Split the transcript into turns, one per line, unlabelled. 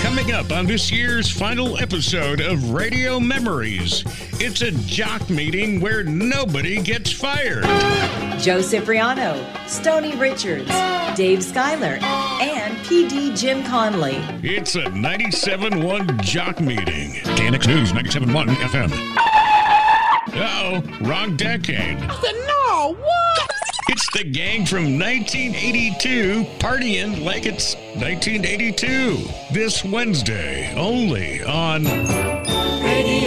coming up on this year's final episode of Radio Memories. It's a jock meeting where nobody gets fired.
Joe Cipriano, Stony Richards, Dave Schuyler, and PD Jim Conley.
It's a 97.1 jock meeting. KNX News 97.1 FM. Uh-oh, wrong decade.
No, what?
It's the gang from 1982 partying like it's 1982. This Wednesday, only on
Radio